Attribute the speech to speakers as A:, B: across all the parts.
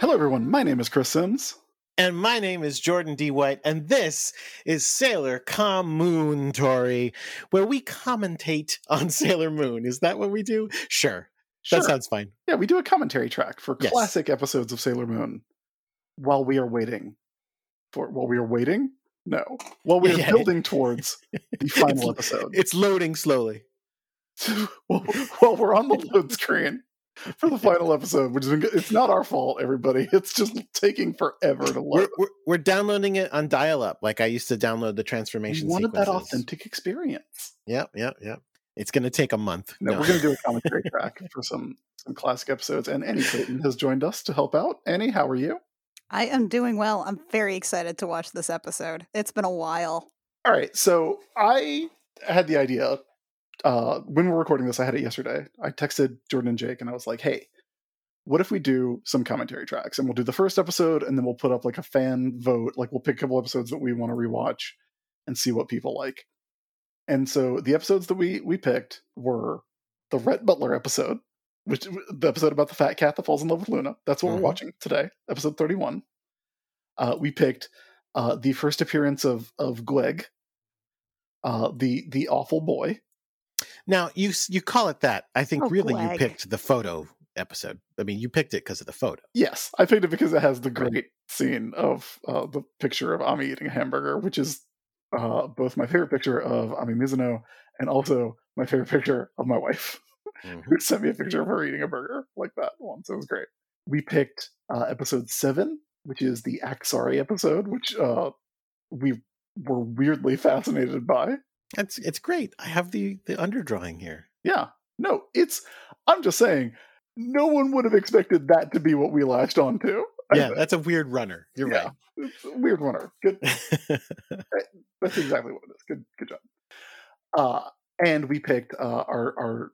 A: Hello, everyone. My name is Chris Sims.
B: And my name is Jordan D. White, and this is Sailor Commoon Tory, where we commentate on Sailor Moon. Is that what we do? Sure. That sounds fine.
A: yeah, we do a commentary track for
B: Yes.
A: classic episodes of Sailor Moon while we are waiting for while we are waiting. No, while we
B: Yeah,
A: are
B: yeah.
A: building towards the final
B: It's-
A: episode.
B: It's loading slowly.
A: while, while we're on the load screen for the final episode, which has been good. it's not our fault, everybody. It's just taking forever to
B: We're,
A: load.
B: we're, we're downloading it on dial up, like I used to download the
A: We
B: transformation
A: wanted that
B: sequences.
A: authentic experience.
B: Yep, yep, yep. It's going to take a month.
A: No,
B: No.
A: we're going to do a commentary track for some some classic episodes, and Annie Clayton has joined us to help out. Annie, how are you?
C: I am doing well. I'm very excited to watch this episode. It's been a while.
A: All right, so I had the idea uh, when we we're recording this. I had it yesterday. I texted Jordan and Jake, and I was like, "Hey, what if we do some commentary tracks? And we'll do the first episode, and then we'll put up like a fan vote. Like we'll pick a couple episodes that we want to rewatch and see what people like." And so the episodes that we we picked were the Rhett Butler episode, which the episode about the fat cat that falls in love with Luna. That's what
B: Mhm.
A: we're watching today, episode thirty-one. Uh, we picked uh, the first appearance of of Gleg, uh, the the awful boy.
B: Now, you s- you call it that. I think
C: Oh,
B: really you
C: Gleg.
B: picked the photo episode. I mean, you picked it because of the photo.
A: Yes, I picked it because it has the great scene of uh, the picture of Ami eating a hamburger, which is uh, both my favorite picture of Ami Mizuno and also my favorite picture of my wife,
B: Mhm.
A: who sent me a picture of her eating a burger like that once. It was great. We picked uh, episode seven, which is the Axari episode, which uh, we were weirdly fascinated by.
B: It's, it's great. I have the, the underdrawing here.
A: Yeah. No, it's I'm just saying, no one would have expected that to be what we latched onto.
B: Yeah, that's a weird runner. You're
A: Yeah.
B: right.
A: It's a weird winner. Good that's exactly what it is. Good good job. Uh and we picked uh our our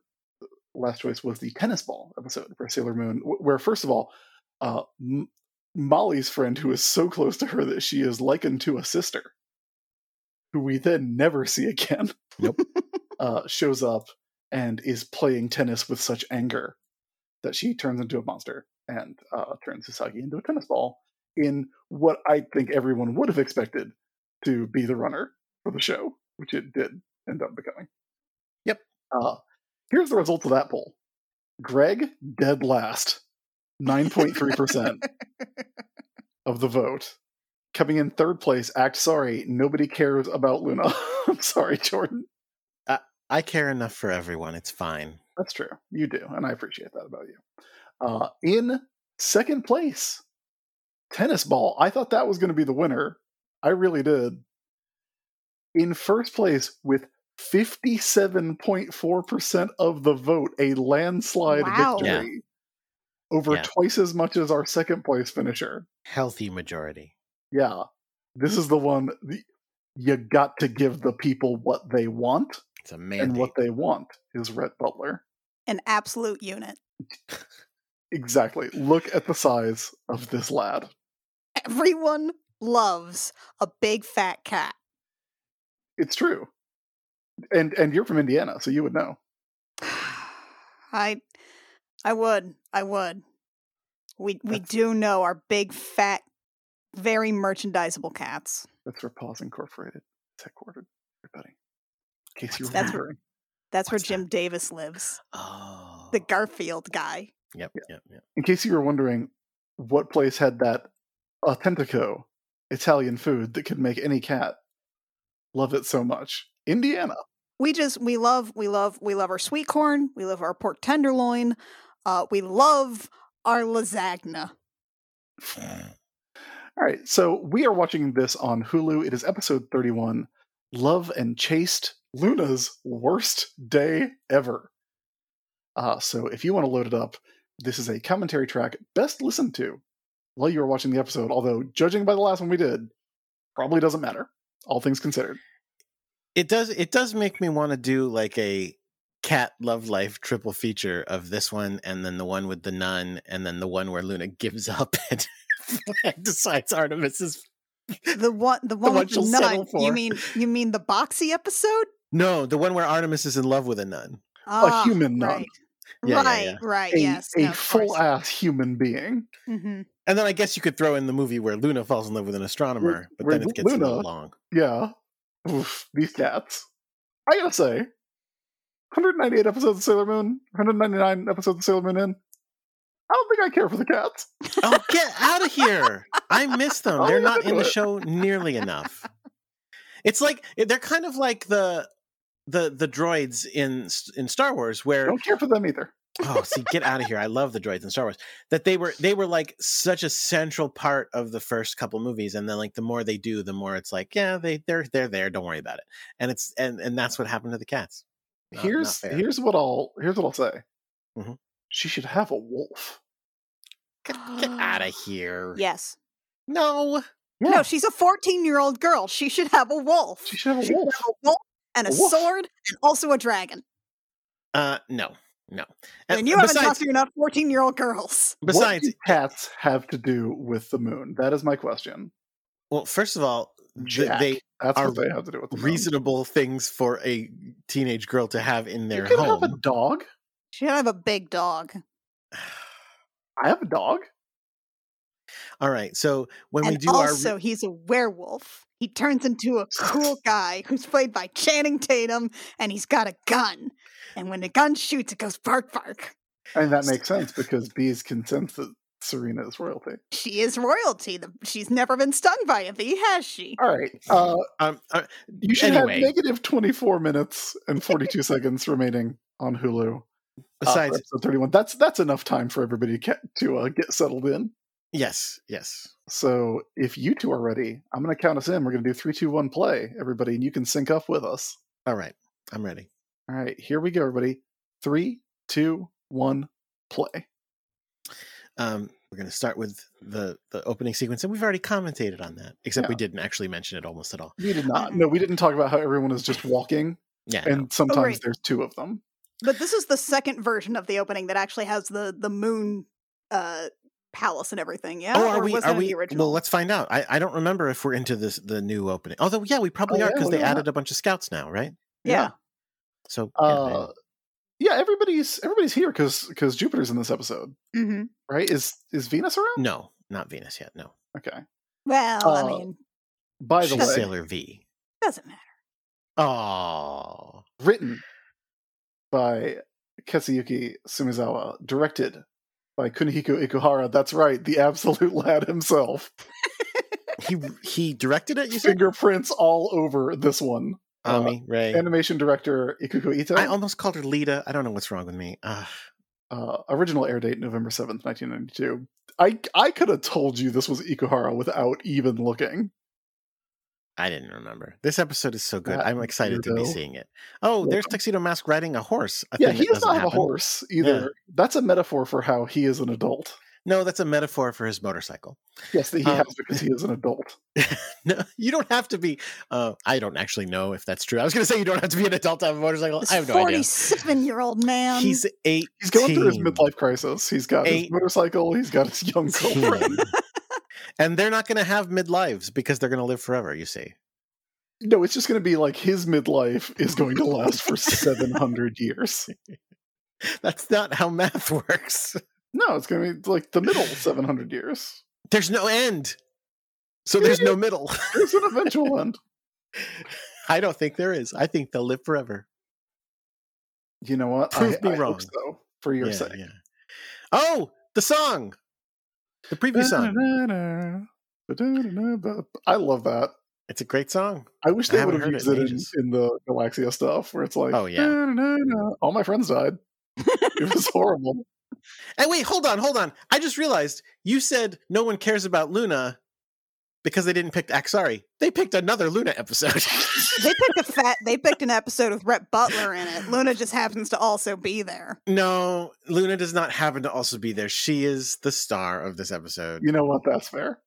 A: last choice was the tennis ball episode for Sailor Moon, wh- where first of all, uh M- Molly's friend who is so close to her that she is likened to a sister, who we then never see again.
B: Nope.
A: uh shows up and is playing tennis with such anger that she turns into a monster and uh, turns Hisagi into a tennis ball in what I think everyone would have expected to be the runner for the show, which it did end up becoming.
B: Yep.
A: Uh, here's the results of that poll Greg, dead last, 9.3% of the vote. Coming in third place, act sorry, nobody cares about Luna. I'm sorry, Jordan.
B: I care enough for everyone. It's fine.
A: That's true. You do, and I appreciate that about you. Uh, in second place, tennis ball. I thought that was going to be the winner. I really did. In first place with 57.4% of the vote, a landslide
C: Wow.
B: Yeah.
A: victory. Over
B: Yeah.
A: twice as much as our second place finisher.
B: Healthy majority.
A: Yeah. This is the one the, you got to give the people what they want,
B: It's a
A: and
B: mandate.
A: what they want is Rhett Butler.
C: An absolute unit.
A: Exactly. Look at the size of this lad.
C: Everyone loves a big fat cat.
A: It's true. And and you're from Indiana, so you would know.
C: I I would. I would. We we do know our big fat very merchandisable cats.
A: That's for Paws Incorporated. It's headquartered, everybody. In case
B: What's
A: you're
C: that? That's where-
A: wondering.
C: That's
B: What's
C: where
B: that?
C: Jim Davis lives.
B: oh.
C: The Garfield guy.
B: yep, yep, yep.
A: In case you were wondering what place had that Authentico Italian food that could make any cat love it so much. Indiana.
C: we just we love we love we love our sweet corn we love our pork tenderloin uh we love our lasagna
A: All right, so we are watching this on Hulu. It is episode 31 Love and Chased Luna's Worst Day Ever. Uh, so if you want to load it up, this is a commentary track best listened to while you are watching the episode, although judging by the last one we did, probably doesn't matter, all things considered.
B: It does it does make me want to do like a cat love life triple feature of this one and then the one with the nun and then the one where Luna gives up and, and decides Artemis is
C: The one, the one,
B: one
C: with
B: she'll
C: the
B: settle
C: nun.
B: for.
C: You mean you mean the boxy episode?
B: no, the one where Artemis is in love with a nun.
C: Ah,
A: human nun.
C: right.
B: Yeah, yeah,
C: right,
B: yeah.
C: right.
A: a,
C: yes,
A: a full ass human being.
C: hmm
B: And then I guess you could throw in the movie where Luna falls in love with an astronomer, but
A: where
B: then it gets a little
A: Luna-
B: long.
A: Yeah. Oof, these cats. I gotta say, 198 episodes of Sailor Moon, 199 episodes of Sailor Moon in. I don't think I care for the cats.
B: Oh, get out of here. I miss them.
A: Oh,
B: They're
A: yeah,
B: not in the
A: but-
B: show nearly enough. It's like eh, they're kind of like the the the droids in in Star Wars
A: I
B: where
A: don't care for them either.
B: oh see get out of here i love the droids in star wars that they were they were like such a central part of the first couple movies and then like the more they do the more it's like yeah they they're they're there don't worry about it and it's and and that's what happened to the cats Not- not
A: here's
B: fair.
A: here's what I'll here's what I'll say.
B: Mhm.
A: She should have a wolf.
B: get, get out of here
C: Yes.
B: no
A: Yeah.
C: No, she's a 14 year old girl. She should have a wolf.
A: She should have a
C: She should
A: wolf.
C: have a wolf and a
A: A wolf.
C: sword and also a dragon.
B: uh no no
C: And, you haven't talked
B: besides
C: to enough 14 year old girls.
A: what
B: besides
A: do cats have to do with the moon? That is my question.
B: well first of all th-
A: Jack,
B: they
A: That's
B: are
A: what they have to do with the moon.
B: reasonable things for a teenage girl to have in
A: You
B: their
A: can
B: home
A: have a dog.
C: She should have a big dog.
A: I have a dog.
B: all right so when we
C: and
B: do our
C: also, he's a werewolf. He turns into a cool guy who's played by Channing Tatum, and he's got a gun. And when the gun shoots, it goes bark bark.
A: And that makes sense because bees can sense that Serena is royalty.
C: She is royalty. The- She's never been stung by a bee, has she?
A: All right. Uh,
B: um, uh,
A: you should
B: Anyway.
A: have negative 24 minutes and 42 seconds remaining on Hulu. uh, for
B: besides
A: episode 31. That's that's enough time for everybody to get, to uh, get settled in.
B: Yes, yes.
A: So if you two are ready, I'm going to count us in. We're going to do three, two, one, play, everybody, and you can sync up with us.
B: All right, I'm ready.
A: All right, here we go, everybody. Three, two, one, play.
B: Um, we're going to start with the the opening sequence, and we've already commentated on that, except we
A: Yeah.
B: didn't actually mention it almost at all.
A: We did not. Oh, No, we didn't talk about how everyone is just walking,
B: Yeah, no.
A: and sometimes
C: right.
A: there's two of them.
C: But this is the second version of the opening that actually has the the moon uh palace and everything. Yeah.
B: Oh, are
C: Or
B: we?
C: was
B: Are
C: that in
B: we?
C: the original?
B: Well, let's find out. I, I don't remember if we're into this the new opening. Although, yeah, we probably
A: Oh,
B: are
A: yeah,
B: because
A: why
B: they
A: not?
B: added a bunch of scouts now, right?
C: yeah.
B: So, yeah,
A: Uh, yeah, everybody's everybody's here because because Jupiter's in this episode,
C: hmm
A: right? Is is Venus around?
B: they- no, not Venus yet. No,
A: Okay.
C: Well, I
A: Uh,
C: mean,
A: By the
B: Mm. she's
A: way,
B: Sailor V.
C: doesn't matter.
B: Oh,
A: written by Katsuyuki Sumizawa, directed by Kunihiko Ikuhara. That's right, the absolute lad himself.
B: he he directed it. You said
A: Fingerprints all over this one. uh,
B: Ami Ray.
A: Animation director Ikuko Ito.
B: I almost called her Lita. I don't know what's wrong with me. Uh,
A: uh, original air date November seventh, nineteen ninety two. I I could have told you this was Ikuhara without even looking.
B: I didn't remember. This episode is so good.
A: That
B: I'm excited to be
A: weirdo.
B: seeing it. Oh,
A: Yeah.
B: there's Tuxedo Mask riding a horse. A
A: Yeah,
B: thing
A: he
B: that
A: does not
B: doesn't
A: have a
B: happen.
A: horse either.
B: Yeah.
A: That's a metaphor for how he is an adult.
B: No, that's a metaphor for his motorcycle.
A: Yes, that he
B: Um,
A: has because he is an adult.
B: No, you don't have to be. Uh, I don't actually know if that's true. I was going to say you don't have to be an adult to have a motorcycle.
C: This
B: I have no idea.
C: 47 year old man.
B: He's eight.
A: He's going through his midlife crisis. He's got his
B: Eight.
A: motorcycle. He's got his young girlfriend.
B: and they're not going to have midlives because they're going to live forever. You see,
A: no, it's just going to be like his midlife is going to last for seven hundred years.
B: that's not how math works.
A: No, it's going to be like the middle seven hundred years.
B: There's no end, so there's no middle.
A: There's an eventual end.
B: I don't think there is. I think they'll live forever.
A: You know what?
B: Prove me
A: I
B: wrong.
A: Hope so for your
B: yeah,
A: sake.
B: yeah. Oh, the song. The preview song.
A: I love that.
B: It's a great song.
A: I wish
B: I
A: they
B: haven't
A: would have
B: heard
A: used
B: it
A: it
B: in
A: in,
B: ages.
A: in the Galaxia stuff where it's like,
B: Oh, yeah.
A: "Na-na-na-na." all my friends died. It was horrible.
B: And wait, hold on, hold on. I just realized you said no one cares about Luna because they didn't pick Axari. They picked another Luna episode.
C: they picked a fat. They picked an episode with Rhett Butler in it. Luna just happens to also be there.
B: no, Luna does not happen to also be there. She is the star of this episode.
A: You know what? That's fair.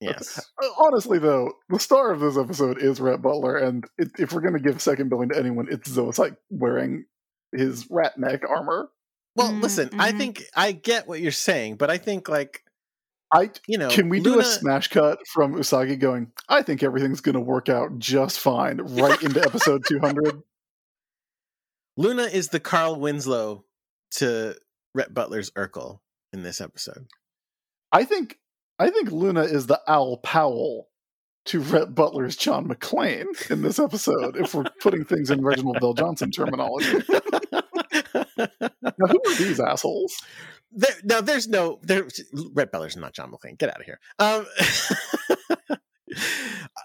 B: Yes.
A: Uh, Honestly, though, the star of this episode is Rhett Butler, and it, if we're going to give second billing to anyone, it's Zoicide wearing his rat neck armor.
B: Well,
C: Mm,
B: listen, I
C: mhm.
B: think I get what you're saying, but I think like
A: I
B: you know,
A: can we do a
B: Luna-
A: smash cut from Usagi going, I think everything's gonna work out just fine right into episode two hundred.
B: Luna is the Carl Winslow to Rhett Butler's Urkel in this episode.
A: I think I think Luna is the Owl Powell to Rhett Butler's John McClane in this episode, if we're putting things in Reginald Bell Johnson terminology. Now who are these assholes?
B: there, no, there's no there. Red Beller's not John McClane. Get out of here. Um,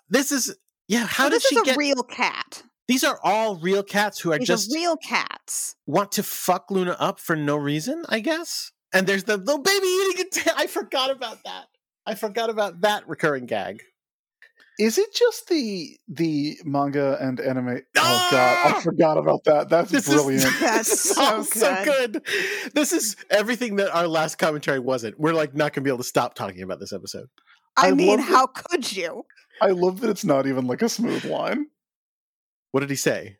B: this is yeah. How
C: So
B: did
C: this
B: she
C: is a
B: get?
C: real cat?
B: these are all real cats who are
C: These
B: just
C: are real cats.
B: want to fuck Luna up for no reason, I guess. And there's the little baby eating a tail. I forgot about that. I forgot about that recurring gag.
A: Is it just the the manga and anime? Oh god,
B: Ah!
A: I forgot about that. That's
B: This is-
A: brilliant.
C: That's
B: This is
C: so
B: all
C: good.
B: good. This is everything that our last commentary wasn't. We're like not gonna be able to stop talking about this episode.
C: I,
A: I
C: mean,
A: love it.
C: how could you?
A: I love that it's not even like a smooth line.
B: What did he say?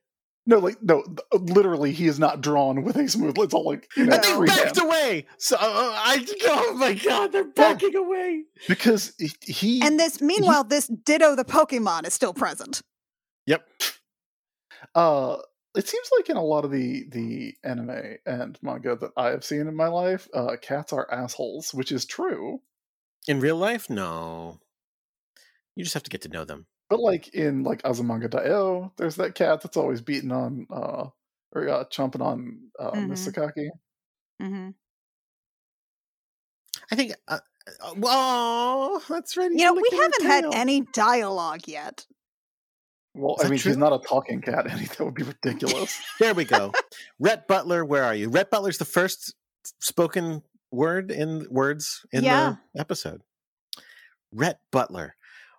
A: No, like no, th- uh, literally, he is not drawn with a smooth. It's all like you know,
B: And they
C: No.
A: freehand.
B: backed away. So uh, I oh my god, they're backing away.
A: because he- he.
C: And this, meanwhile, this Ditto the Pokemon is still present.
A: uh, it seems like in a lot of the the anime and manga that I have seen in my life, uh, cats are assholes, which is true.
B: In real life, no. You just have to get to know them.
A: But like in like Azumanga Daioh, there's that cat that's always beating on uh or uh, chomping on uh, Miss
C: Mhm.
A: Sakaki.
C: Mm-hmm.
B: I think. Uh, uh, oh, that's right. he's
C: You know, we
B: licking her
C: haven't had
B: tail.
C: any dialogue yet.
A: Well,
B: Is
A: I
B: that
A: mean,
B: true?
A: she's not a talking cat. Any that would be ridiculous.
B: There we go. Rhett Butler, where are you? Rhett Butler's the first spoken word in words in
C: Yeah.
B: the episode. Rhett Butler.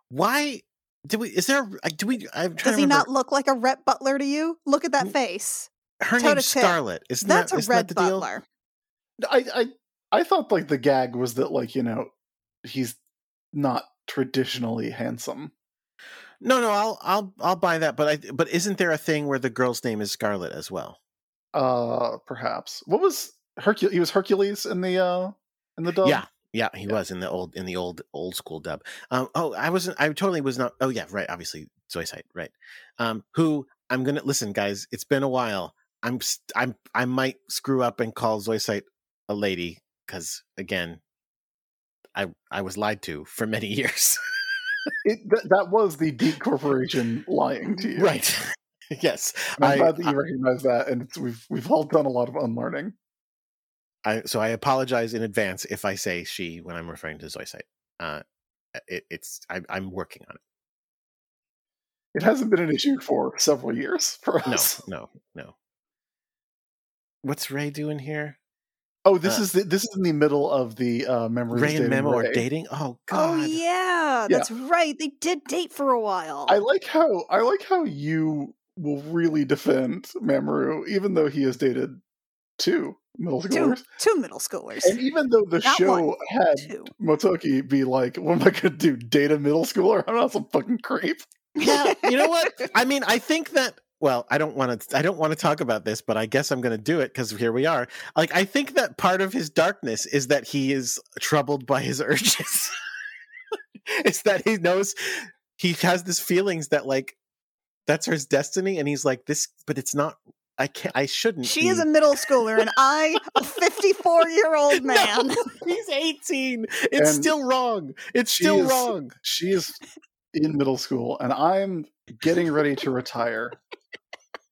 B: Why do we? Is there? I- Do we? I'm trying
C: Does
B: to
C: he
B: remember.
C: not look like a Rhett Butler to you? Look at that
B: Mm.
C: face.
B: Her
C: toe to
B: name's
C: tip?
B: Scarlet. Isn't
C: That's
B: that,
C: a
B: isn't
C: Red
B: that the deal?
C: Butler.
A: I, I I thought like the gag was that like you know he's not traditionally handsome.
B: No, no. I'll I'll I'll buy that. But I but isn't there a thing where the girl's name is Scarlet as well?
A: Uh, perhaps what was Hercules? He was Hercules in the uh in the dub.
B: Yeah, yeah, he was in the old in the old old school dub. Um, oh, I wasn't. I totally was not. Oh yeah, right. Obviously, Zoisite, right? Um, who I'm gonna listen, guys. It's been a while. I'm st- I'm I might screw up and call Zoisite a lady because again, I I was lied to for many years.
A: it, th- that was the Deep Corporation lying to you.
B: right. yes.
A: And I'm
B: I-
A: glad that you recognize that, and it's, we've we've all done a lot of unlearning.
B: I so I apologize in advance if I say she when I'm referring to Zoisite. Uh, it, it's I, I'm working on it.
A: It hasn't been an issue for several years for
B: No,
A: us.
B: no, no. What's Ray doing here?
A: Oh, this
B: Uh,
A: is the, this is in the middle of the uh, memories.
B: Ray
A: dating
B: and Memo
A: Ray.
B: are dating? Oh
C: Oh
B: god.
C: yeah, that's right. They did date for a while.
A: I like how I like how you will really defend Mamoru, even though he has dated two middle
C: two,
A: schoolers,
C: two middle schoolers.
A: and even though the
C: Not
A: show
C: one,
A: had
C: Two.
A: Motoki be like, "What am I going to do? Date a middle schooler? I'm not some fucking creep."
B: Yeah, you know what? I mean, I think that well, I don't want to I don't want to talk about this, but I guess I'm going to do it cuz here we are. Like I think that part of his darkness is that he is troubled by his urges. it's that he knows he has this feelings that like that's his destiny and he's like this but it's not I can't I shouldn't
C: She is
B: be.
C: a middle schooler, and I, a fifty-four-year-old
B: No.
C: man.
B: He's 18.
A: And
B: It's still wrong. It's
A: she
B: still
A: is-
B: wrong.
A: She is in middle school, and I'm getting ready to retire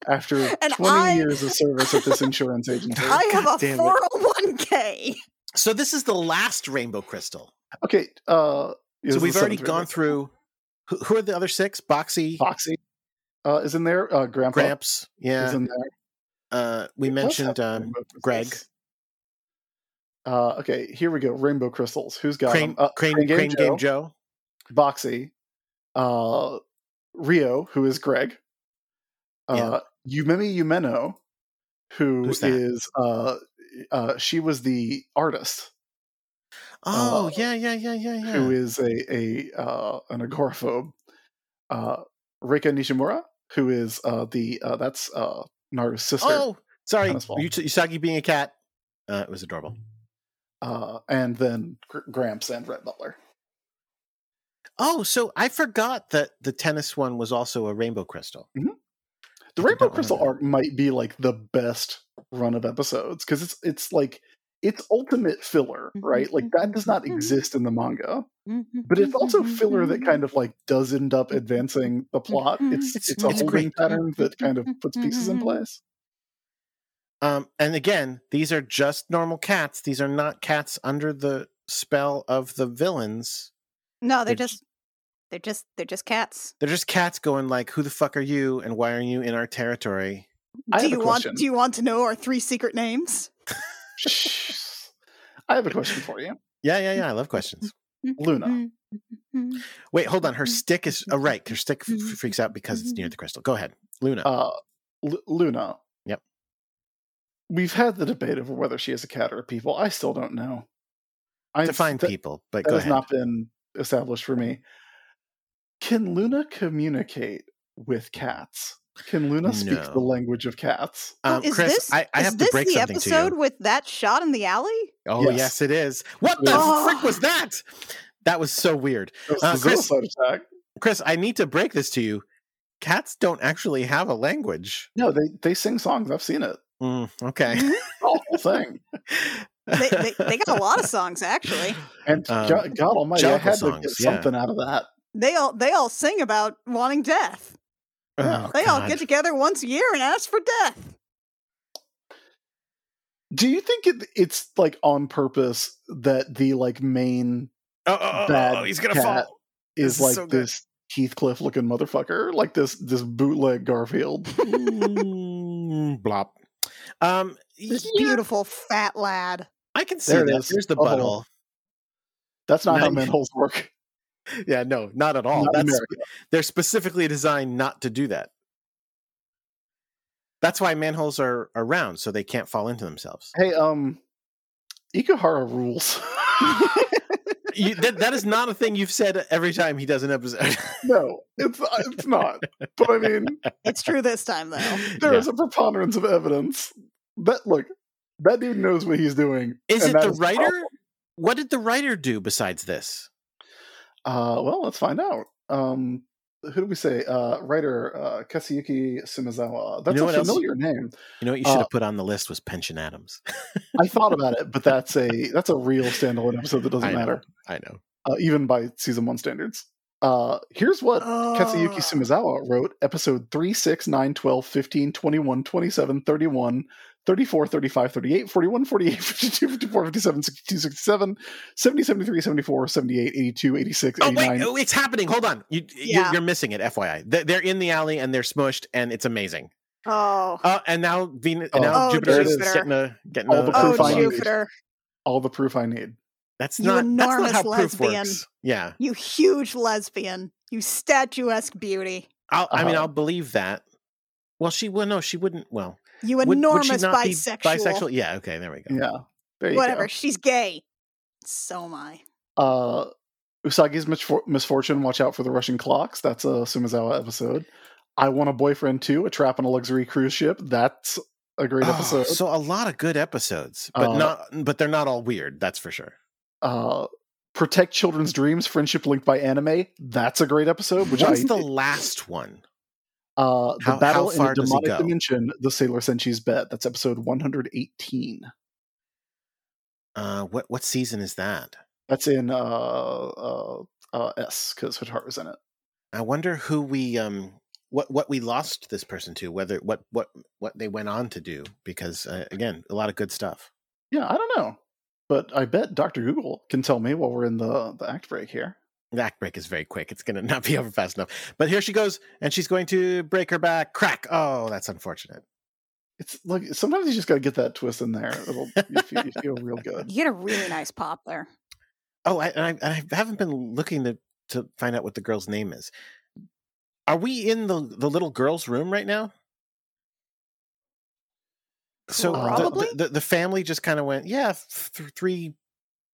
A: after
C: And
A: 20
C: I-
A: years of service at this insurance agency.
C: I have
B: God
C: a
B: damn it.
C: four hundred one k.
B: So this is the last rainbow crystal.
A: Okay, uh, this
B: so
A: is
B: we've
A: the
B: already
A: seventh
B: gone
A: reason.
B: through. Who, who are the other six? Boxy,
A: Foxy uh, is in there. Uh, Grandpa
B: Gramps.
A: is
B: Yeah.
A: in there.
B: Uh, we
A: Let's have
B: mentioned um,
A: rainbow crystals.
B: Greg.
A: Uh, okay, here we go. Rainbow crystals. Who's got
B: Crane,
A: 'em? Uh,
B: Crane, Crane,
A: Crane Game Joe.
B: Game, Joe.
A: Boxy, uh, Rio, who is Greg, uh, Yumemi Yumeno, who
B: Who's
A: is
B: that?
A: uh, uh, she was the artist
B: Oh,
A: Uh,
B: yeah, yeah, yeah, yeah, yeah.
A: who is a a uh, an agoraphobe. Uh, Reika Nishimura, who is uh, the uh, that's uh, Naru's sister.
B: oh, Sorry,
A: Kinda small.
B: Yu- Usagi being a cat. Uh, it was adorable.
A: uh, and then Gr- Gramps and Red Butler.
B: Oh, so I forgot that the tennis one was also a rainbow crystal.
A: The
B: I did
A: Rainbow
B: not
A: Crystal
B: remember
A: arc might be like the best run of episodes because it's it's like it's ultimate filler,
B: Mm-hmm,
A: right? Like that does not exist in the manga, but
B: mm-hmm,
A: it's also filler that kind of like does end up advancing the plot. It's
B: Mm-hmm, It's-
A: it's, a
B: it's
A: holding
B: great. Mm-hmm,
A: pattern that kind of puts pieces in place.
B: Um, and again, these are just normal cats. These are not cats under the spell of the villains.
C: No, they're
B: They're
C: just they're just they're just cats.
B: They're just cats going like, "Who the fuck are you? And why are you in our territory?"
A: I have
C: do
A: a
C: you want
A: question.
C: do you want to know our three secret names?
A: Shh. I have a question for you,
B: Yeah, yeah, yeah. I love questions. Mm.
A: Luna.
C: Mm-hmm.
B: Wait, hold on. Her stick is oh, right. Her stick f- f- freaks out because it's
C: Mm-hmm.
B: near the crystal. Go ahead, Luna.
C: Oh,
A: Uh, L- Luna.
B: Yep.
A: We've had the debate over whether she is a cat or a people. I still don't know. I
B: Define
A: that-
B: people, but
A: that
B: go
A: has
B: ahead.
A: not been established for me. Can Luna communicate with cats? Can Luna speak the
B: No.
A: language of cats?
C: Oh,
B: Um, Chris, I, I
C: is
B: have to
C: this
B: break
C: the
B: something to
C: episode
B: you.
C: with that shot in the alley?
B: Oh yes.
A: Yes.
B: it is. What the
C: Oh.
B: frick was that? That was so weird.
A: That was
B: Uh,
A: the
B: Chris-
A: Zoicide attack.
B: Chris, I need to break this to you. Cats don't actually have a language.
A: No, they, they sing songs. I've seen it.
B: Mm, okay.
A: The whole thing.
C: They, they, they got a lot of songs actually.
A: And
B: Um,
A: God, God Almighty, I
B: Joggle
A: had to get
B: songs, yeah.
A: something out of that.
C: They all they all sing about wanting death.
B: Oh,
C: They all
B: God.
C: get together once a year and ask for death.
A: Do you think it, it's like on purpose that the like main
B: Oh, oh, oh,
A: bad
B: oh, he's gonna
A: cat.
B: fall. This
A: is,
B: is
A: like
B: so good.
A: this Heathcliff looking motherfucker, like this this bootleg Garfield?
B: Mm, Blop. Um,
C: This
B: yeah,
C: beautiful fat lad.
B: I can see
A: There it
B: that.
A: is.
B: There's the
A: Oh.
B: butthole.
A: That's not how
B: Nice.
A: manholes work.
B: Yeah, no, not at all.
A: Not in
B: That's
A: America.
B: they're specifically designed not to do that. That's why manholes are, are round, so they can't fall into themselves.
A: Hey, um, Ikuhara rules.
B: You, that, that is not a thing you've said every time he does an episode.
A: no, it's uh, it's not. But I mean,
C: It's true this time though.
A: there is
B: Yeah.
A: a preponderance of evidence. That look, that dude knows what he's doing.
B: Is
A: and
B: it
A: that
B: the
A: is
B: writer?
A: problem.
B: what did the writer do besides this?
A: Uh, well, let's find out. Um, who do we say? Uh, writer uh, Kasuyuki Sumizawa. That's
B: know
A: a
B: what else?
A: familiar name.
B: You know what you should have
A: Uh,
B: put on the list was Pension Adams.
A: I thought about it, but that's a that's a real standalone episode that doesn't
B: I know,
A: matter,
B: I know.
A: uh, even by season one standards. Uh, here's what Katsuyuki
C: Ah.
A: Sumizawa wrote episode 3, 6, 9, 12, 15, 21, 27, 31, 34, 35, 38, 41, 48, 52, 54, 57, 62, 67, 70, 73, 74, 78, 82, 86,
B: Oh
A: 89.
B: wait, oh, it's happening. Hold on. You,
C: Yeah.
B: you're, you're missing it. FYI, They- they're in the alley and they're smushed, and it's amazing.
C: Oh.
B: Uh, and now Venus, and
A: Oh.
B: now
C: Oh,
B: Jupiter is
C: Jupiter.
B: getting a getting
A: All
B: a,
A: the
B: a
C: Oh,
A: proof I
B: follow.
A: need.
C: Jupiter.
A: All the proof I need.
B: That's
C: You
B: not that's not
C: enormous
B: how proof
C: lesbian.
B: works. Yeah,
C: You huge lesbian. You statuesque beauty.
B: I'll, I mean,
A: Uh-huh.
B: I'll believe that. Well, she well, no, she wouldn't. Well,
C: You
B: would- would she
C: enormous
B: not be
C: bisexual.
B: Bisexual. Yeah. Okay. There we go.
A: Yeah. There you
C: Whatever.
A: go.
C: She's gay. So am I.
A: Uh, Usagi's misfor- misfortune, watch out for the Russian clocks. That's a Sumizawa episode. I Want a Boyfriend too. a trap on a luxury cruise ship. That's a great
B: Oh,
A: episode.
B: so a lot of good episodes, but
A: Uh,
B: not but they're not all weird. That's for sure.
A: uh protect children's dreams friendship linked by anime that's a great episode which
B: What's
A: i
B: the last one?
A: uh the
B: how- how
A: battle in
B: far
A: the
B: does it
A: demonic
B: go?
A: dimension the sailor senshi's bet that's episode 118
B: Uh, what what season is that?
A: that's in uh uh, uh s because Hitart was in it
B: I wonder who we um what what we lost this person to, whether what what what they went on to do, because uh, again, a lot of good stuff.
A: yeah i don't know but i bet dr google can tell me while we're in the the act break here
B: The act break is very quick. It's gonna not be over fast enough. But here she goes, and she's going to break her back. Crack! Oh, that's unfortunate.
A: it's like sometimes you just gotta get that twist in there it'll you feel, you feel real good
C: You get a really nice pop there.
B: Oh, I, and I, I haven't been looking to to find out what the girl's name is. Are we in the the little girl's room right now? So the-
A: Probably.
B: the, the, the family just kind of went, yeah, th- th- three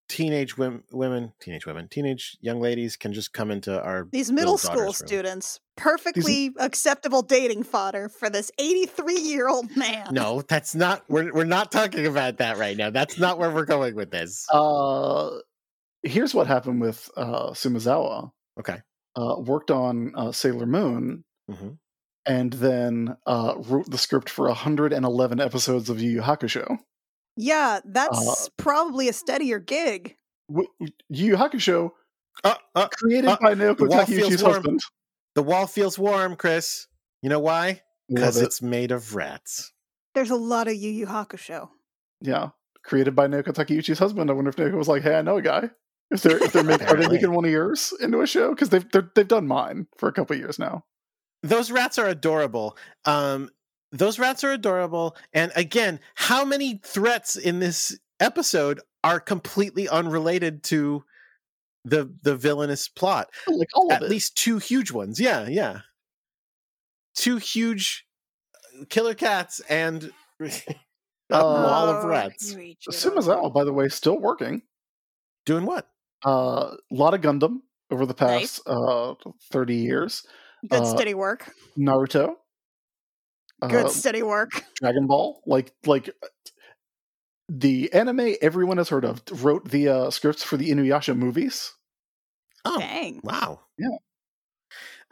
B: teenage women, women, teenage women, teenage young ladies can just come into our
C: These middle
B: Little
C: school
B: daughters, really.
C: students, perfectly acceptable dating fodder for this 83 year old
A: Uh,
C: man.
B: No, that's not. We're we're not talking about that right now. That's not where we're going with this.
A: Uh, here's what happened with uh, Sumizawa.
B: Okay.
A: Uh, worked on uh, Sailor Moon
B: Mhm.
A: and then uh, wrote the script for 111 episodes of Yu Yu Hakusho.
C: Yeah,
B: Uh,
C: that's probably a steadier gig.
A: W- Yu Yu Hakusho,
B: Uh, uh,
A: created
B: Uh,
A: by Naoko
B: the wall
A: Takeuchi's
B: feels warm.
A: husband.
B: the wall feels warm, Chris. You know why? Because
A: Love it.
B: it's made of rats.
C: There's a lot of Yu Yu Hakusho.
A: yeah, created by Naoko Takeuchi's husband. I wonder if Naoko was like, "Hey, I know a guy." If they're if they're making, are they
B: Apparently.
A: making one of yours into a show because they've they're, they've done mine for a couple of years now.
B: Those rats are adorable. Um, those rats are adorable. And again, how many threats in this episode are completely unrelated to the the villainous plot?
A: Like all
B: at
A: of it.
B: least two huge ones. Yeah, yeah. Two huge uh, killer cats and a wall of
C: Oh,
B: rats.
C: Yuichiro.
A: Sumazawa, Uh, by the way, still working.
B: Doing what?
A: A lot of Gundam over the past uh, thirty years.
C: Good
A: uh,
C: steady work.
A: Naruto,
C: Good
A: uh,
C: steady work.
A: Dragon Ball, like like uh, the anime everyone has heard of wrote the uh, scripts for the Inuyasha movies.
B: Oh,
C: Dang.
B: wow.
A: Yeah.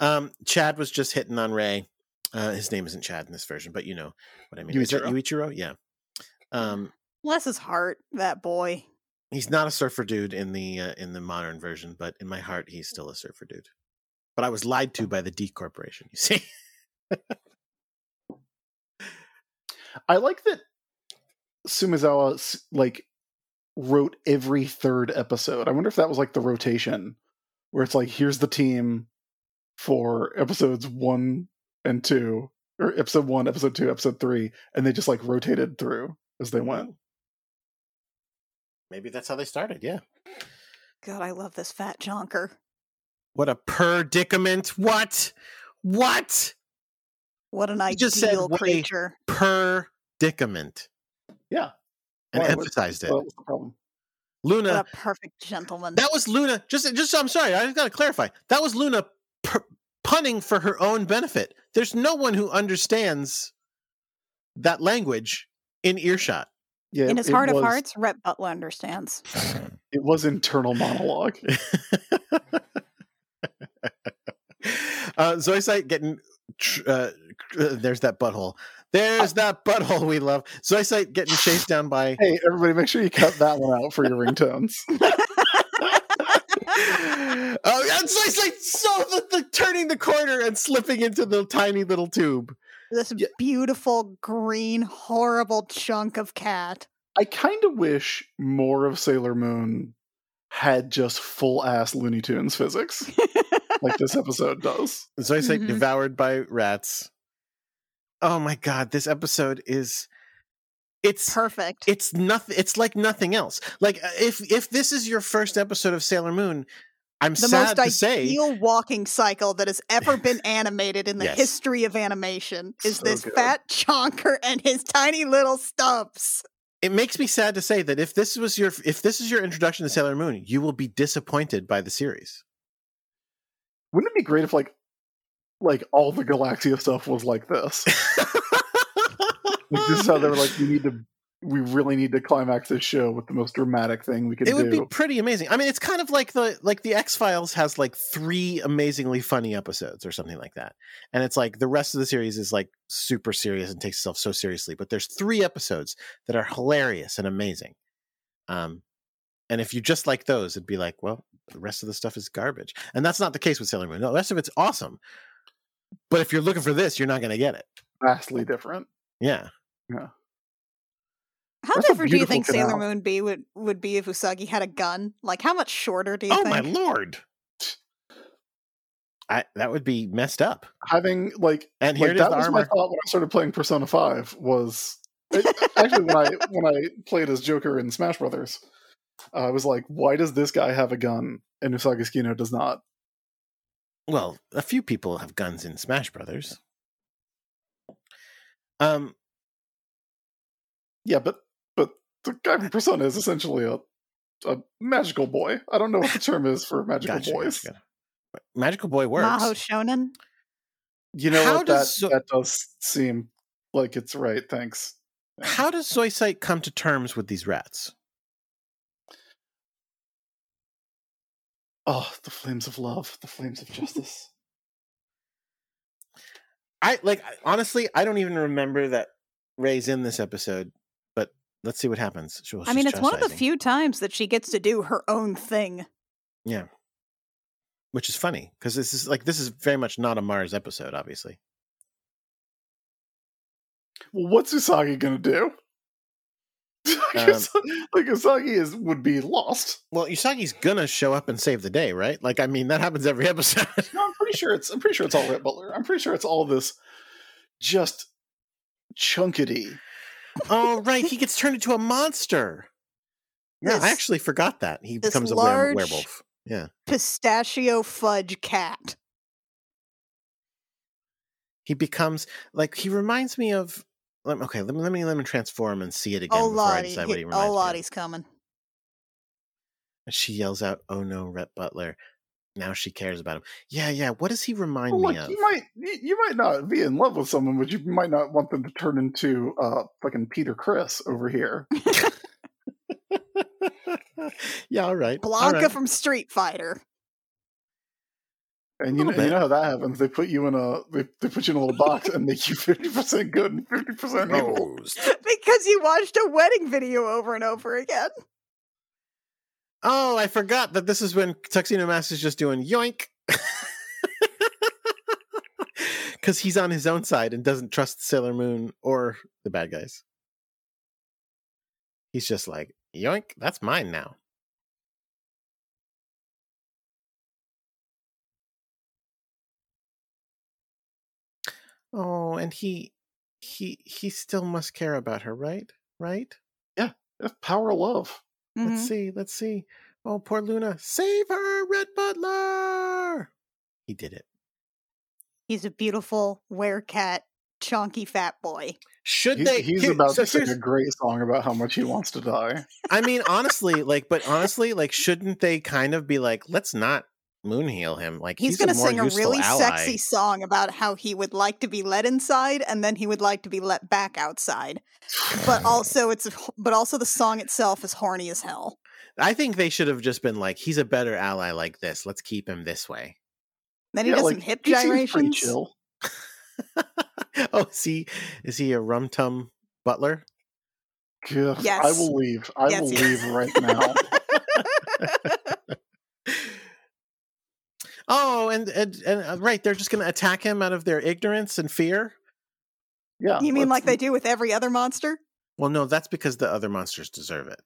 B: Um, Chad was just hitting on Ray. Uh, his name isn't Chad in this version, but you know what I mean. Is it
A: Yuichiro.
B: Yuichiro? Yeah. Um,
C: Bless his heart, that boy.
B: he's not a surfer dude in the uh, in the modern version, but in my heart, he's still a surfer dude. But I was lied to by the D Corporation. You see.
A: I like that Sumizawa s- like wrote every third episode. I wonder if that was like the rotation where it's like here's the team for episodes 1 and 2 or episode 1, episode 2, episode 3 and they just like rotated through as they went.
B: Maybe that's how they started. Yeah.
C: God, I love this fat jonker.
B: What a predicament. What? What?
C: What an
B: You
C: ideal
B: just said way-
C: creature.
B: Predicament.
A: Yeah.
B: And
A: Why? What-
B: emphasized it.
A: Well, that's the problem.
B: Luna.
C: What a perfect gentleman.
B: That was Luna. Just, just. I'm sorry. I just got to clarify. That was Luna per- punning for her own benefit. There's no one who understands that language in earshot.
A: Yeah.
C: In
A: it-
C: his
A: it
C: heart of
A: was-
C: hearts, Rhett Butler understands.
A: It was internal monologue.
B: uh, Zoisite getting. tr- Uh, tr- uh, there's that butthole. There's that butthole we love. Zoisite getting chased down by.
A: hey, everybody make sure you cut that one out for your ringtones.
B: oh, it's like, it's like so the, the turning the corner and slipping into the tiny little tube.
C: This
A: Yeah.
C: beautiful green, horrible chunk of cat.
A: I kind of wish more of Sailor Moon had just full ass Looney Tunes physics, like this episode does.
B: So I say
C: Mhm.
B: devoured by rats. Oh my god, this episode is it's
C: Perfect.
B: it's nothing it's like nothing else. Like uh, if if this is your first episode of Sailor Moon, I'm
C: the
B: sad
C: most
B: to say
C: ideal walking cycle that has ever been animated in the
B: Yes.
C: history of animation is
A: So
C: this
A: good.
C: fat chonker and his tiny little stumps.
B: it makes me sad to say that if this was your if this is your introduction to Sailor Moon, you will be disappointed by the series.
A: Wouldn't it be great if like like all the Galaxia stuff was like this? Like this is how they were like, we need to we really need to climax this show with the most dramatic thing we could
B: it would be
A: do.
B: pretty amazing. I mean, it's kind of like the like the X Files has like three amazingly funny episodes or something like that, and it's like the rest of the series is like super serious and takes itself so seriously. But there's three episodes that are hilarious and amazing. Um, and if you just like those, it'd be like, well, the rest of the stuff is garbage, and that's not the case with Sailor Moon. No, the rest of it's awesome, but if you're looking for this, you're not going to get it.
A: vastly different.
B: Yeah,
C: How
A: That's a
C: different do you
A: beautiful
C: think Sailor
A: canal.
C: Moon be would, would be if Usagi had a gun? Like how much shorter do you
B: oh
C: think?
B: my lord, I that would be messed up.
A: Having like
B: And here
A: like
B: it is,
A: that
B: the
A: was
B: armor.
A: my thought when I started playing Persona Five was actually when I when I played as Joker in Smash Brothers, uh, I was like, why does this guy have a gun and Usagi Tsukino does not?
B: Well, a few people have guns in Smash Brothers. Um,
A: Yeah, but but the guy from Persona is essentially a a magical boy. I don't know what the term is for magical
B: Gotcha,
A: boys.
B: gotcha, gotcha. Magical boy works.
C: Maho Shonen.
A: You know
B: How
A: what? That,
B: does so-
A: that does seem like it's right. Thanks.
B: How does Soysite come to terms with these rats?
A: Oh, the flames of love, the flames of justice.
B: I like I- honestly, I don't even remember that Ray's in this episode, but let's see what happens. She was
C: I mean,
B: just
C: it's one of the
B: chastising,
C: few times that she gets to do her own thing.
B: which is funny because this is like this is very much not a Mars episode, obviously.
A: well, what's Usagi gonna do? like,
B: Um,
A: Usa- like Usagi is would be lost.
B: Well, Usagi's gonna show up and save the day, right? Like, I mean, that happens every episode.
A: No, I'm pretty sure it's. I'm pretty sure it's all Rhett Butler. I'm pretty sure it's all this just chunkity.
B: oh, right, he gets turned into a monster. Yeah,
C: This
B: I actually forgot that he
C: this
B: becomes a
C: large-
B: were- werewolf.
C: pistachio fudge cat.
B: He becomes like he reminds me of. Let, okay, let me let me let me transform and see it again
C: oh,
B: before I
C: Lottie.
B: decide what he
C: he-
B: reminds
C: oh,
B: me. Of.
C: Lottie's coming.
B: And she yells out, "Oh no, Rhett Butler!" Now she cares about him. Yeah, yeah. What does Oh, he remind
A: Look,
B: me of?
A: you might you you might not be in love with someone, but you might not want them to turn into uh fucking Peter Chris over here.
B: yeah, all right. all
C: Blanca
B: right.
C: from Street Fighter.
A: And you know,
B: Little
A: you
B: bit.
A: know how that happens. They put you in a they, they put you in a little box and make you fifty percent good and fifty
B: Oh,
A: percent evil.
B: Rose.
C: because you watched a wedding video over and over again.
B: Oh, I forgot that this is when Tuxedo Mask is just doing yoink. Because he's on his own side and doesn't trust Sailor Moon or the bad guys. He's just like, yoink, that's mine now. Oh, and he he he still must care about her, right? Right?
A: That's power of love.
C: Mm-hmm.
A: Mm-hmm.
B: Let's see. Let's see. Oh, poor Luna. Save her, Red Butler. He did it.
C: He's a beautiful werecat, chonky fat boy.
B: Should
A: He's,
B: they?
A: he's
B: here-
A: about
B: so
A: to sing
B: here's-
A: a great song about how much he wants to die.
B: I mean, honestly, like, but honestly, like, shouldn't they kind of be like, let's not moon heal him? Like, he's,
C: He's, going
B: a
C: to
B: more
C: sing a
B: useful
C: really
B: ally.
C: sexy song about how he would like to be let inside and then he would like to be let back outside. But also it's but also the song itself is horny as hell.
B: I think they should have just been like, he's a better ally like this. Let's keep him this way.
C: Then he does some hip
A: he seems pretty
C: gyrations.
A: chill.
B: oh, is he? Is he a rum tum Butler?
A: Ugh, I
C: Yes.
A: will leave. I
C: Yes,
A: will
C: yes.
A: leave right now.
B: Oh, and and, and uh, right, they're just going to attack him out of their ignorance and fear.
A: Yeah.
C: You mean
A: let's-
C: like they do with every other monster?
B: Well, no, that's because the other monsters deserve it.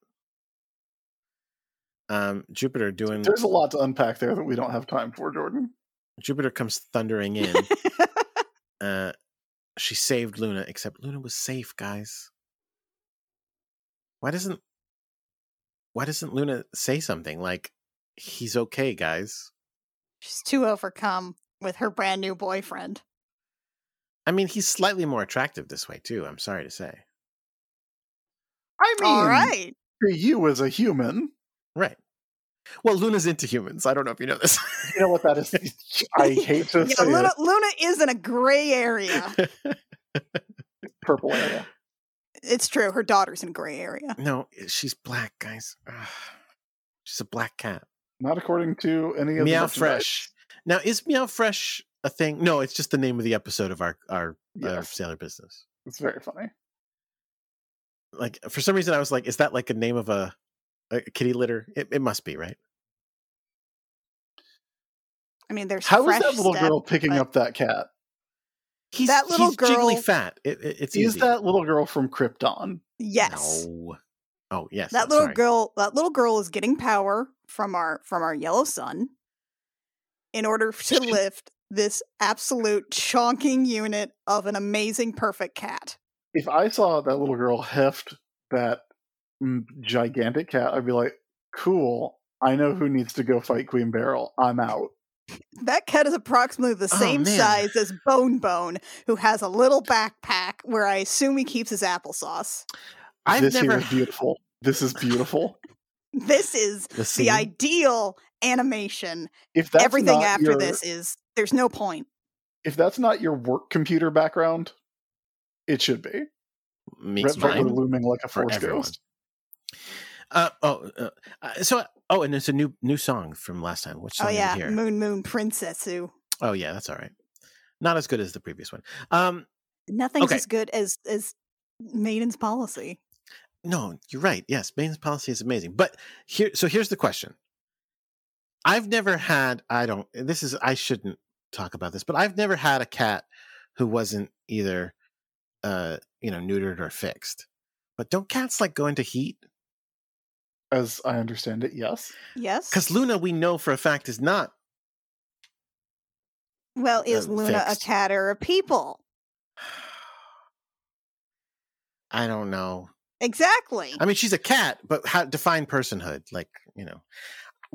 B: Um, Jupiter doing
A: There's a lot to unpack there that we don't have time for, Jordan.
B: Jupiter comes thundering in. uh, she saved Luna, except Luna was safe, guys. Why doesn't Why doesn't Luna say something like he's okay, guys?
C: She's too overcome with her brand new boyfriend.
B: I mean, he's slightly more attractive this way too. I'm sorry to say.
A: I mean,
C: All right.
A: to you as a human,
B: Right. Well, Luna's into humans. I don't know if you know this.
A: you know what that is. I hate to
C: Yeah,
A: say
C: Luna,
A: it.
C: Luna is in a gray area.
A: Purple area.
C: It's true. Her daughter's in a gray area.
B: no, eh, she's black, guys. Ugh. She's a black cat.
A: Not according to any of the
B: Meow
A: merchandise.
B: Fresh. Now is Meow Fresh a thing? No, it's just the name of the episode of our our, our
A: Yes,
B: sailor business.
A: it's very funny.
B: Like for some reason, I was like, is that like a name of a, a kitty litter? It, it must be, right?
C: I mean, there's
A: How is
C: fresh
A: that little
C: step.
A: girl picking
C: but-
A: up that cat?
B: He's
C: That little
B: he's jiggly
C: girl-
B: fat. It, it- it's
A: Is
B: easy.
A: that little girl from Krypton?
C: Yes,
B: No. Oh yes.
C: that
B: I'm
C: little
B: sorry.
C: girl. That little girl is getting power from our from our yellow sun in order to
A: She-
C: lift this absolute chonking unit of an amazing perfect cat.
A: If I saw that little girl heft that mm, gigantic cat, I'd be like, cool. I know who needs to go fight Queen Barrel. I'm out.
C: That cat is approximately the
B: Oh,
C: same
B: man.
C: size as Bone Bone, who has a little backpack where I assume he keeps his applesauce.
B: I've
A: this
B: never
A: here is beautiful. This is beautiful.
C: This is
B: The
C: the
B: scene.
C: ideal animation.
A: If that's
C: Everything
A: not
C: after
A: your-
C: this is there's no point.
A: if that's not your work computer background, it should be.
B: meets
A: Red Butler
B: mine.
A: looming like a
B: for
A: force
B: everyone.
A: ghost.
B: Uh, oh, uh, uh, so oh, and it's a new new song from last time. Which song
C: oh yeah,
B: did we hear?
C: Moon Moon Princessu.
B: Oh yeah, that's all right. Not as good as the previous one. Um,
C: Nothing's
B: Okay.
C: as good as as Maiden's policy.
B: no, you're right. Yes, Bane's policy is amazing. But here, so here's the question. I've never had. I don't. eh, This is. I shouldn't talk about this, but I've never had a cat who wasn't either, uh, you know, neutered or fixed. But don't cats like go into heat?
A: As I understand it, yes.
C: Yes.
B: Because Luna, we know for a fact, is not.
C: well, is
B: uh,
C: Luna
B: fixed.
C: a cat or a people?
B: I don't know.
C: Exactly.
B: I mean, she's a cat, but how define personhood? Like, you know,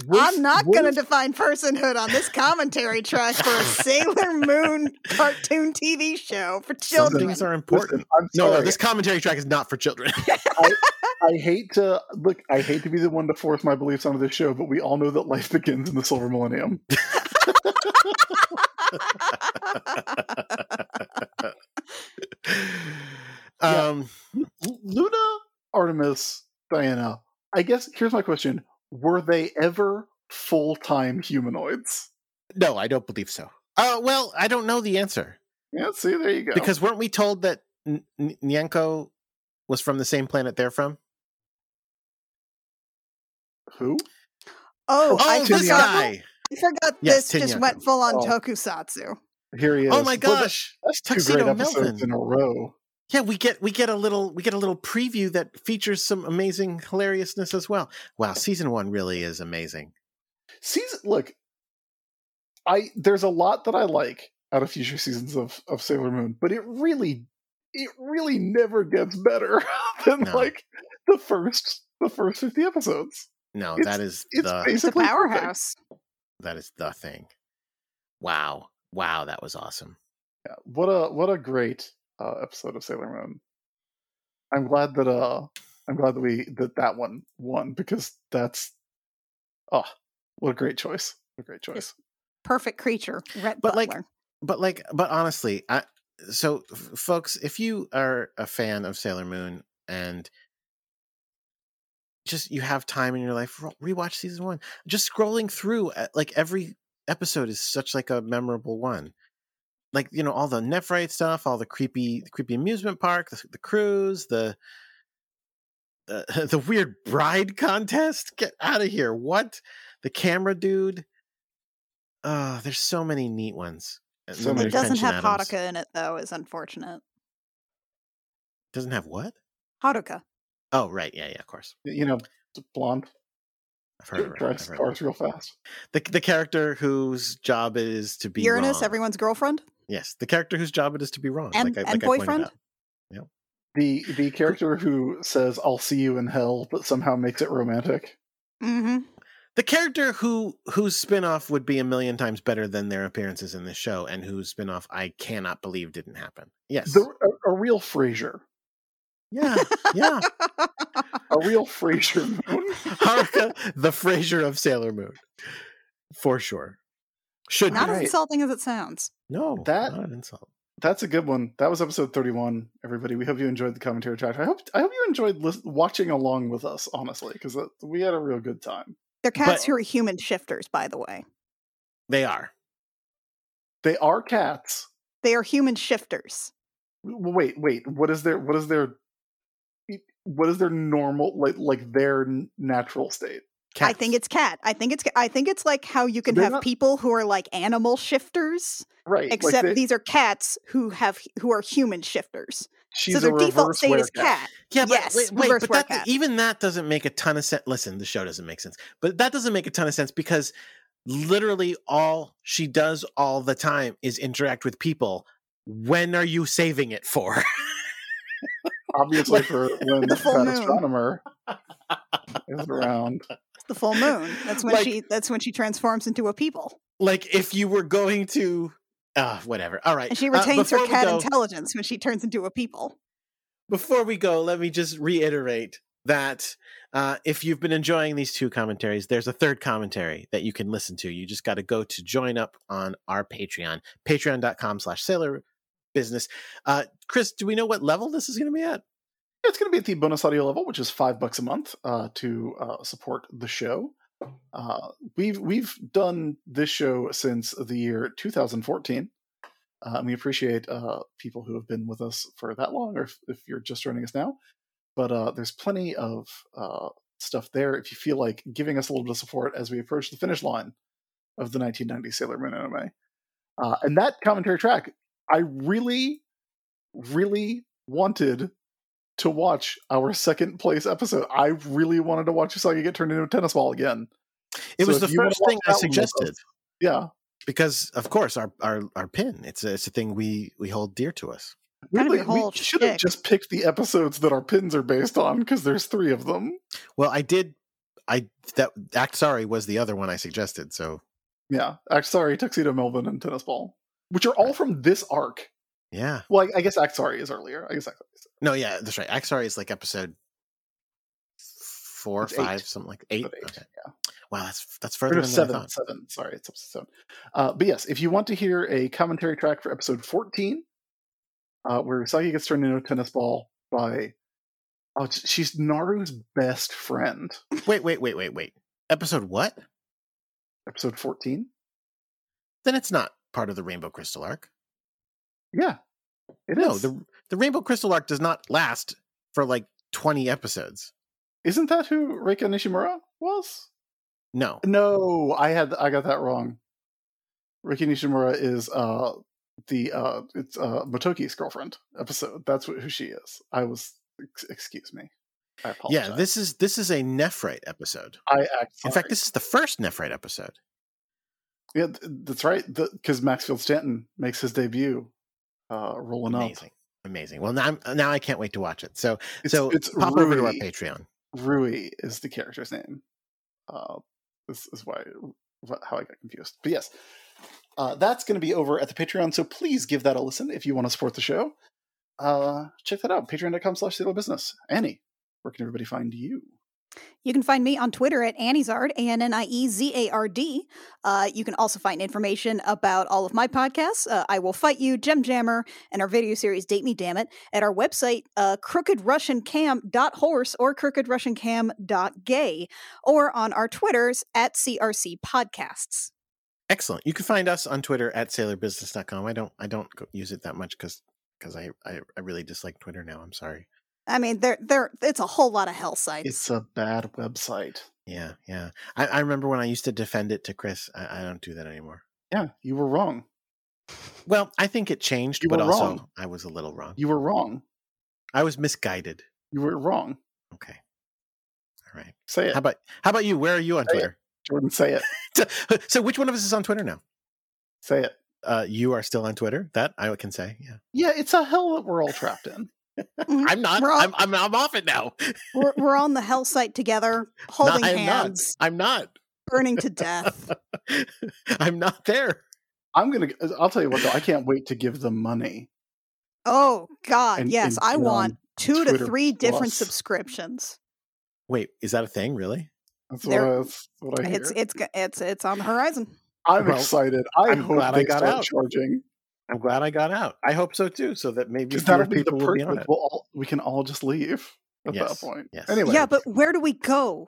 A: What if-
C: I'm not
A: what
C: going to
A: if-
C: define personhood on this commentary track for a Sailor Moon cartoon TV show for
B: some
C: children.
B: things are important.
A: Listen, I'm
B: No, no,
A: sorry.
B: this commentary track is not for children.
A: I hate to look. I hate to be the one to force my beliefs onto this show, but we all know that life begins in the Silver Millennium. Yeah.
B: um,
A: L- Luna, Artemis, Diana. I guess here's my question: Were they ever full time humanoids?
B: no, I don't believe so. Uh, well, I don't know the answer
A: Yeah. See, there you go.
B: because weren't we told that N- N- Nyanko was from the same planet they're from?
A: who?
B: Oh,
C: oh, I
B: this
C: forgot,
B: guy!
C: I forgot
B: Yes,
C: this just
B: Tenyaku.
C: went full on
A: Oh.
C: tokusatsu.
A: Here he is.
B: Oh my
A: Well, that-
B: gosh!
A: that's two
B: Tuxedo
A: great episodes
B: Melvin.
A: in a row.
B: Yeah, we get we get a little we get a little preview that features some amazing hilariousness as well. Wow, season one really is amazing.
A: season look i there's a lot that i like out of future seasons of of sailor moon but it really it really never gets better than
B: No.
A: like the first the first 50 episodes
B: No,
A: It's-
B: that is
A: it's
B: the
C: It's a
A: Basically perfect.
C: powerhouse.
B: that is the thing. Wow, wow, that was awesome.
A: yeah, what a what a great uh, episode of sailor moon i'm glad that uh i'm glad that we that that one won because that's oh what a great choice what a great choice
C: Perfect creature. Rhett
B: But, like,
C: Butler.
B: but like but honestly i so f- folks if you are a fan of sailor moon and just you have time in your life re- rewatch season one just scrolling through uh, like every episode is such like a memorable one like you know all the nephrite stuff all the creepy the creepy amusement park the, the cruise the the, the weird bride contest get out of here what the camera dude oh there's so many neat ones uh, And
A: So
B: then
A: many
C: it
B: there's
C: doesn't
B: Tension
C: have
B: Atoms.
C: Haruka in it, though, is unfortunate.
B: doesn't have what
C: Haruka.
B: oh right yeah yeah of course
A: you know blonde
B: i've heard, of it. I've
A: drives
B: heard of
A: cars
B: it.
A: real fast
B: The, the character whose job it is to be
C: Uranus,
B: wrong.
C: everyone's girlfriend.
B: yes the character whose job it is to be wrong
C: And-
B: like I,
C: and
B: like I pointed
C: boyfriend?
B: out.
A: the the character who says i'll see you in hell but somehow makes it romantic
C: Mm-hmm.
B: the character who whose spin-off would be a million times better than their appearances in this show and whose spin-off i cannot believe didn't happen yes
A: the, a, a real frasier
B: yeah yeah
A: a real frasier moon.
B: haruka the frasier of sailor moon for sure should
C: Not
B: be.
C: as
A: Right.
C: insulting as it sounds.
B: no
A: That-
B: not an insult
A: that's a good one that was episode 31 everybody we hope you enjoyed the commentary track i hope i hope you enjoyed lis- watching along with us honestly because we had a real good time
C: They're cats
B: But-
C: who are human shifters, by the way.
B: they are
A: they are cats
C: They are human shifters.
A: W- wait wait what is their what is their what is their normal like like their n- natural state
C: I think it's cat. I think it's. ca- I think it's like how you can
A: They're
C: have
A: not-
C: people who are like animal shifters,
A: right like
C: except
A: they-
C: these are cats who have who are human shifters.
A: she's
C: so their
A: a
C: default
A: reverse
C: state is
A: werecat.
C: cat.
B: yeah but
C: yes,
B: wait, wait,
C: reverse
B: but that,
C: workout.
B: even that doesn't make a ton of sense listen the show doesn't make sense but that doesn't make a ton of sense because literally all she does all the time is interact with people when are you saving it for
A: obviously for when
C: The full
A: that
C: moon.
A: astronomer is around.
C: It's the full moon. That's when
B: Like-
C: she. That's when she transforms into a people,
B: like if you were going to uh whatever all right
C: and she
B: Uh,
C: retains her
B: before we
C: cat
B: go-
C: intelligence when she turns into a people.
B: before we go let me just reiterate that uh, if you've been enjoying these two commentaries, there's a third commentary that you can listen to. You just got to go to join up on our Patreon, patreon.com slash sailor business. Uh, Chris, do we know what level this is going to be at?
A: It's going to be at the bonus audio level, which is five bucks a month uh, to uh, support the show. Uh, we've we've done this show since the year 2014. Uh, and we appreciate uh, people who have been with us for that long, or if, if you're just joining us now. But uh, there's plenty of uh, stuff there if you feel like giving us a little bit of support as we approach the finish line of the 1990 Sailor Moon anime. Uh, and that commentary track, I really, really wanted to watch our second place episode. I really wanted to watch Usagi get turned into a tennis ball again.
B: It
A: So
B: was
A: if
B: the
A: you wanna
B: first
A: watch
B: thing I
A: that one with us-
B: suggested
A: Yeah,
B: because, of course, our our, our pin. It's a, it's a thing we we hold dear to us.
C: Kind of
A: Weirdly,
C: your whole
A: we should have
C: shtick.
A: just picked the episodes that our pins are based on because there's three of them.
B: Well, I did. I that act sorry was the other one I suggested. So
A: Yeah, Act Sorry, Tuxedo Melvin, and Tennis Ball, which are all from this arc.
B: yeah,
A: Well, I, I guess Act Sorry is earlier. I guess Act Sorry. Is
B: no, yeah, that's right. Act sorry is like episode four,
A: It's eight.
B: five, something like eight.
A: Episode eight,
B: Okay.
A: yeah.
B: Wow, that's that's
A: Or
B: further
A: no,
B: than I
A: seven,
B: thought.
A: seven. Sorry, it's episode seven. Uh, but yes, if you want to hear a commentary track for episode fourteen, uh, where Usagi gets turned into a tennis ball by, oh, it's- she's Naru's best friend.
B: Wait, wait, wait, wait, wait. Episode what?
A: Episode fourteen.
B: Then it's not part of the Rainbow Crystal arc.
A: Yeah, it is.
B: No, the the Rainbow Crystal arc does not last for like twenty episodes.
A: Isn't that who Reika Nishimura was?
B: No,
A: No, I had I got that wrong. Ricky Nishimura is uh the uh it's uh Motoki's girlfriend episode. That's what, who she is. I was ex- excuse me. I apologize.
B: yeah, this is this is a Nephrite episode.
A: I act.
B: In fact, this is the first Nephrite episode.
A: yeah, th- that's right. Because Maxfield Stanton makes his debut, uh, rolling
B: Amazing, amazing. Well, now I'm, now I can't wait to watch it. So
A: up. It's,
B: so
A: it's
B: pop over to our
A: Rui.
B: Patreon.
A: Rui is the character's name. Uh, this is why wh- how I got confused. But yes, uh, that's going to be over at the Patreon. So please give that a listen if you want to support the show. Uh, check that out. Patreon.com slash Seattle Business. Annie, where can everybody find you?
C: You can find me on Twitter at Anniezard, A N N I E Z A R D. Uh, you can also find information about all of my podcasts, uh, I Will Fight You, Gem Jammer, and our video series Date Me Damn It, at our website, uh, crookedrussiancam.horse or crookedrussiancam.gay, or on our Twitters at CRC Podcasts.
B: Excellent. You can find us on Twitter at sailorbusiness.com. I don't I don't go- use it that much because because I, I I really dislike Twitter now. I'm sorry.
C: I mean, there, there, it's a whole lot of hell sites.
A: It's a bad website.
B: Yeah, yeah. I, I remember when I used to defend it to Chris. I, I don't do that anymore.
A: Yeah, you were wrong.
B: Well, I think it changed,
A: You
B: but
A: were
B: also
A: wrong.
B: I was a little wrong.
A: You were wrong.
B: I was misguided.
A: You were wrong.
B: Okay. All right.
A: Say it,
B: How about how about you? Where are you on
A: Say it.
B: Twitter?
A: Jordan. Say it.
B: so which one of us is on Twitter now?
A: Say it.
B: Uh, you are still on Twitter. That I can say. Yeah.
A: Yeah, it's a hell that we're all trapped in.
B: I'm not.
C: We're all-
B: I'm, I'm I'm off it now.
C: we're, we're on the hell site together, holding
B: No, I'm
C: hands,
B: not. I'm not.
C: burning to death.
B: I'm not there.
A: I'm gonna. uh, I'll tell you what though. I can't wait to give them money.
C: Oh God,
A: and-
C: yes,
A: and
C: I
A: get on
C: want two to
A: Twitter
C: three different
A: Plus.
C: subscriptions.
B: Wait, is that a thing? Really?
A: That's what,
C: They're-
A: I, that's what I hear.
C: It's it's go- it's it's on the horizon.
A: I'm
B: Well,
A: excited. I
B: I'm
A: hope
B: glad I
A: they
B: got
A: start
B: out.
A: charging
B: I'm glad I got out. I hope so too, so that maybe
A: Mm. because
B: fewer
A: that'll be the
B: people will be
A: perk
B: on
A: that
B: it.
A: we'll all, we can all just leave at
B: Yes,
A: that point.
B: yes.
A: Anyway,
C: Yeah, but where do we go?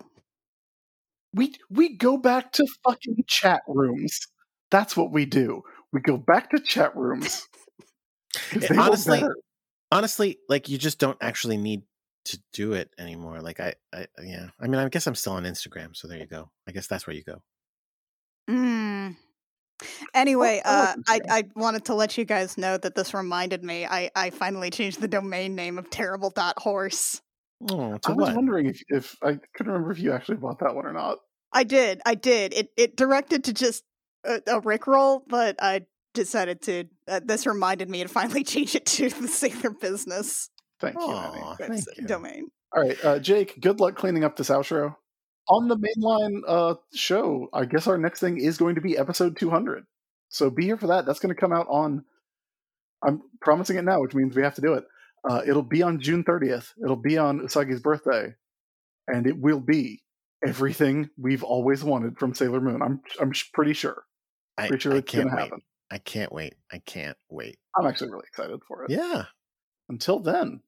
A: we we go back to fucking chat rooms. That's what we do. We go back to chat rooms. Eh, 'Cause
B: Yeah,
A: they know
B: honestly,
A: better.
B: Honestly, like you just don't actually need to do it anymore. Like I, I yeah. I mean, I guess I'm still on Instagram, so there you go. I guess that's where you go.
C: Mm. Anyway,
A: Oh, I like
C: uh, I, I wanted to let you guys know that this reminded me. I, I finally changed the domain name of terrible dot horse.
B: Oh,
A: I
B: to
A: was
B: what?
A: wondering if, if I couldn't remember if you actually bought that one or not.
C: I did, I did. It it directed to just a, a rickroll, but I decided to. Uh, this reminded me to finally change it to the Sailor Business
A: Thank you. Annie.
B: Aw, thank you.
C: domain.
A: All right, uh, Jake. Good luck cleaning up this outro. On the mainline uh, show, I guess our next thing is going to be episode 200. So be here for that. That's going to come out on. I'm promising it now, which means we have to do it. Uh, it'll be on June 30th. It'll be on Usagi's birthday. and it will be everything we've always wanted from Sailor Moon. I'm I'm sh- pretty sure.
B: I,
A: Pretty sure
B: I
A: it's gonna
B: can't wait.
A: happen.
B: I can't wait. I can't wait.
A: I'm actually really excited for it.
B: Yeah.
A: Until then,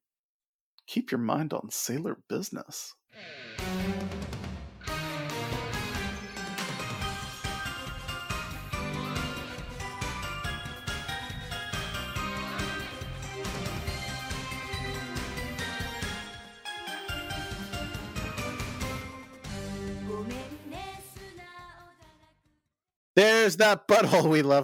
A: keep your mind on sailor business.
D: 「ごめんね素直だな」
B: There's that butthole we love.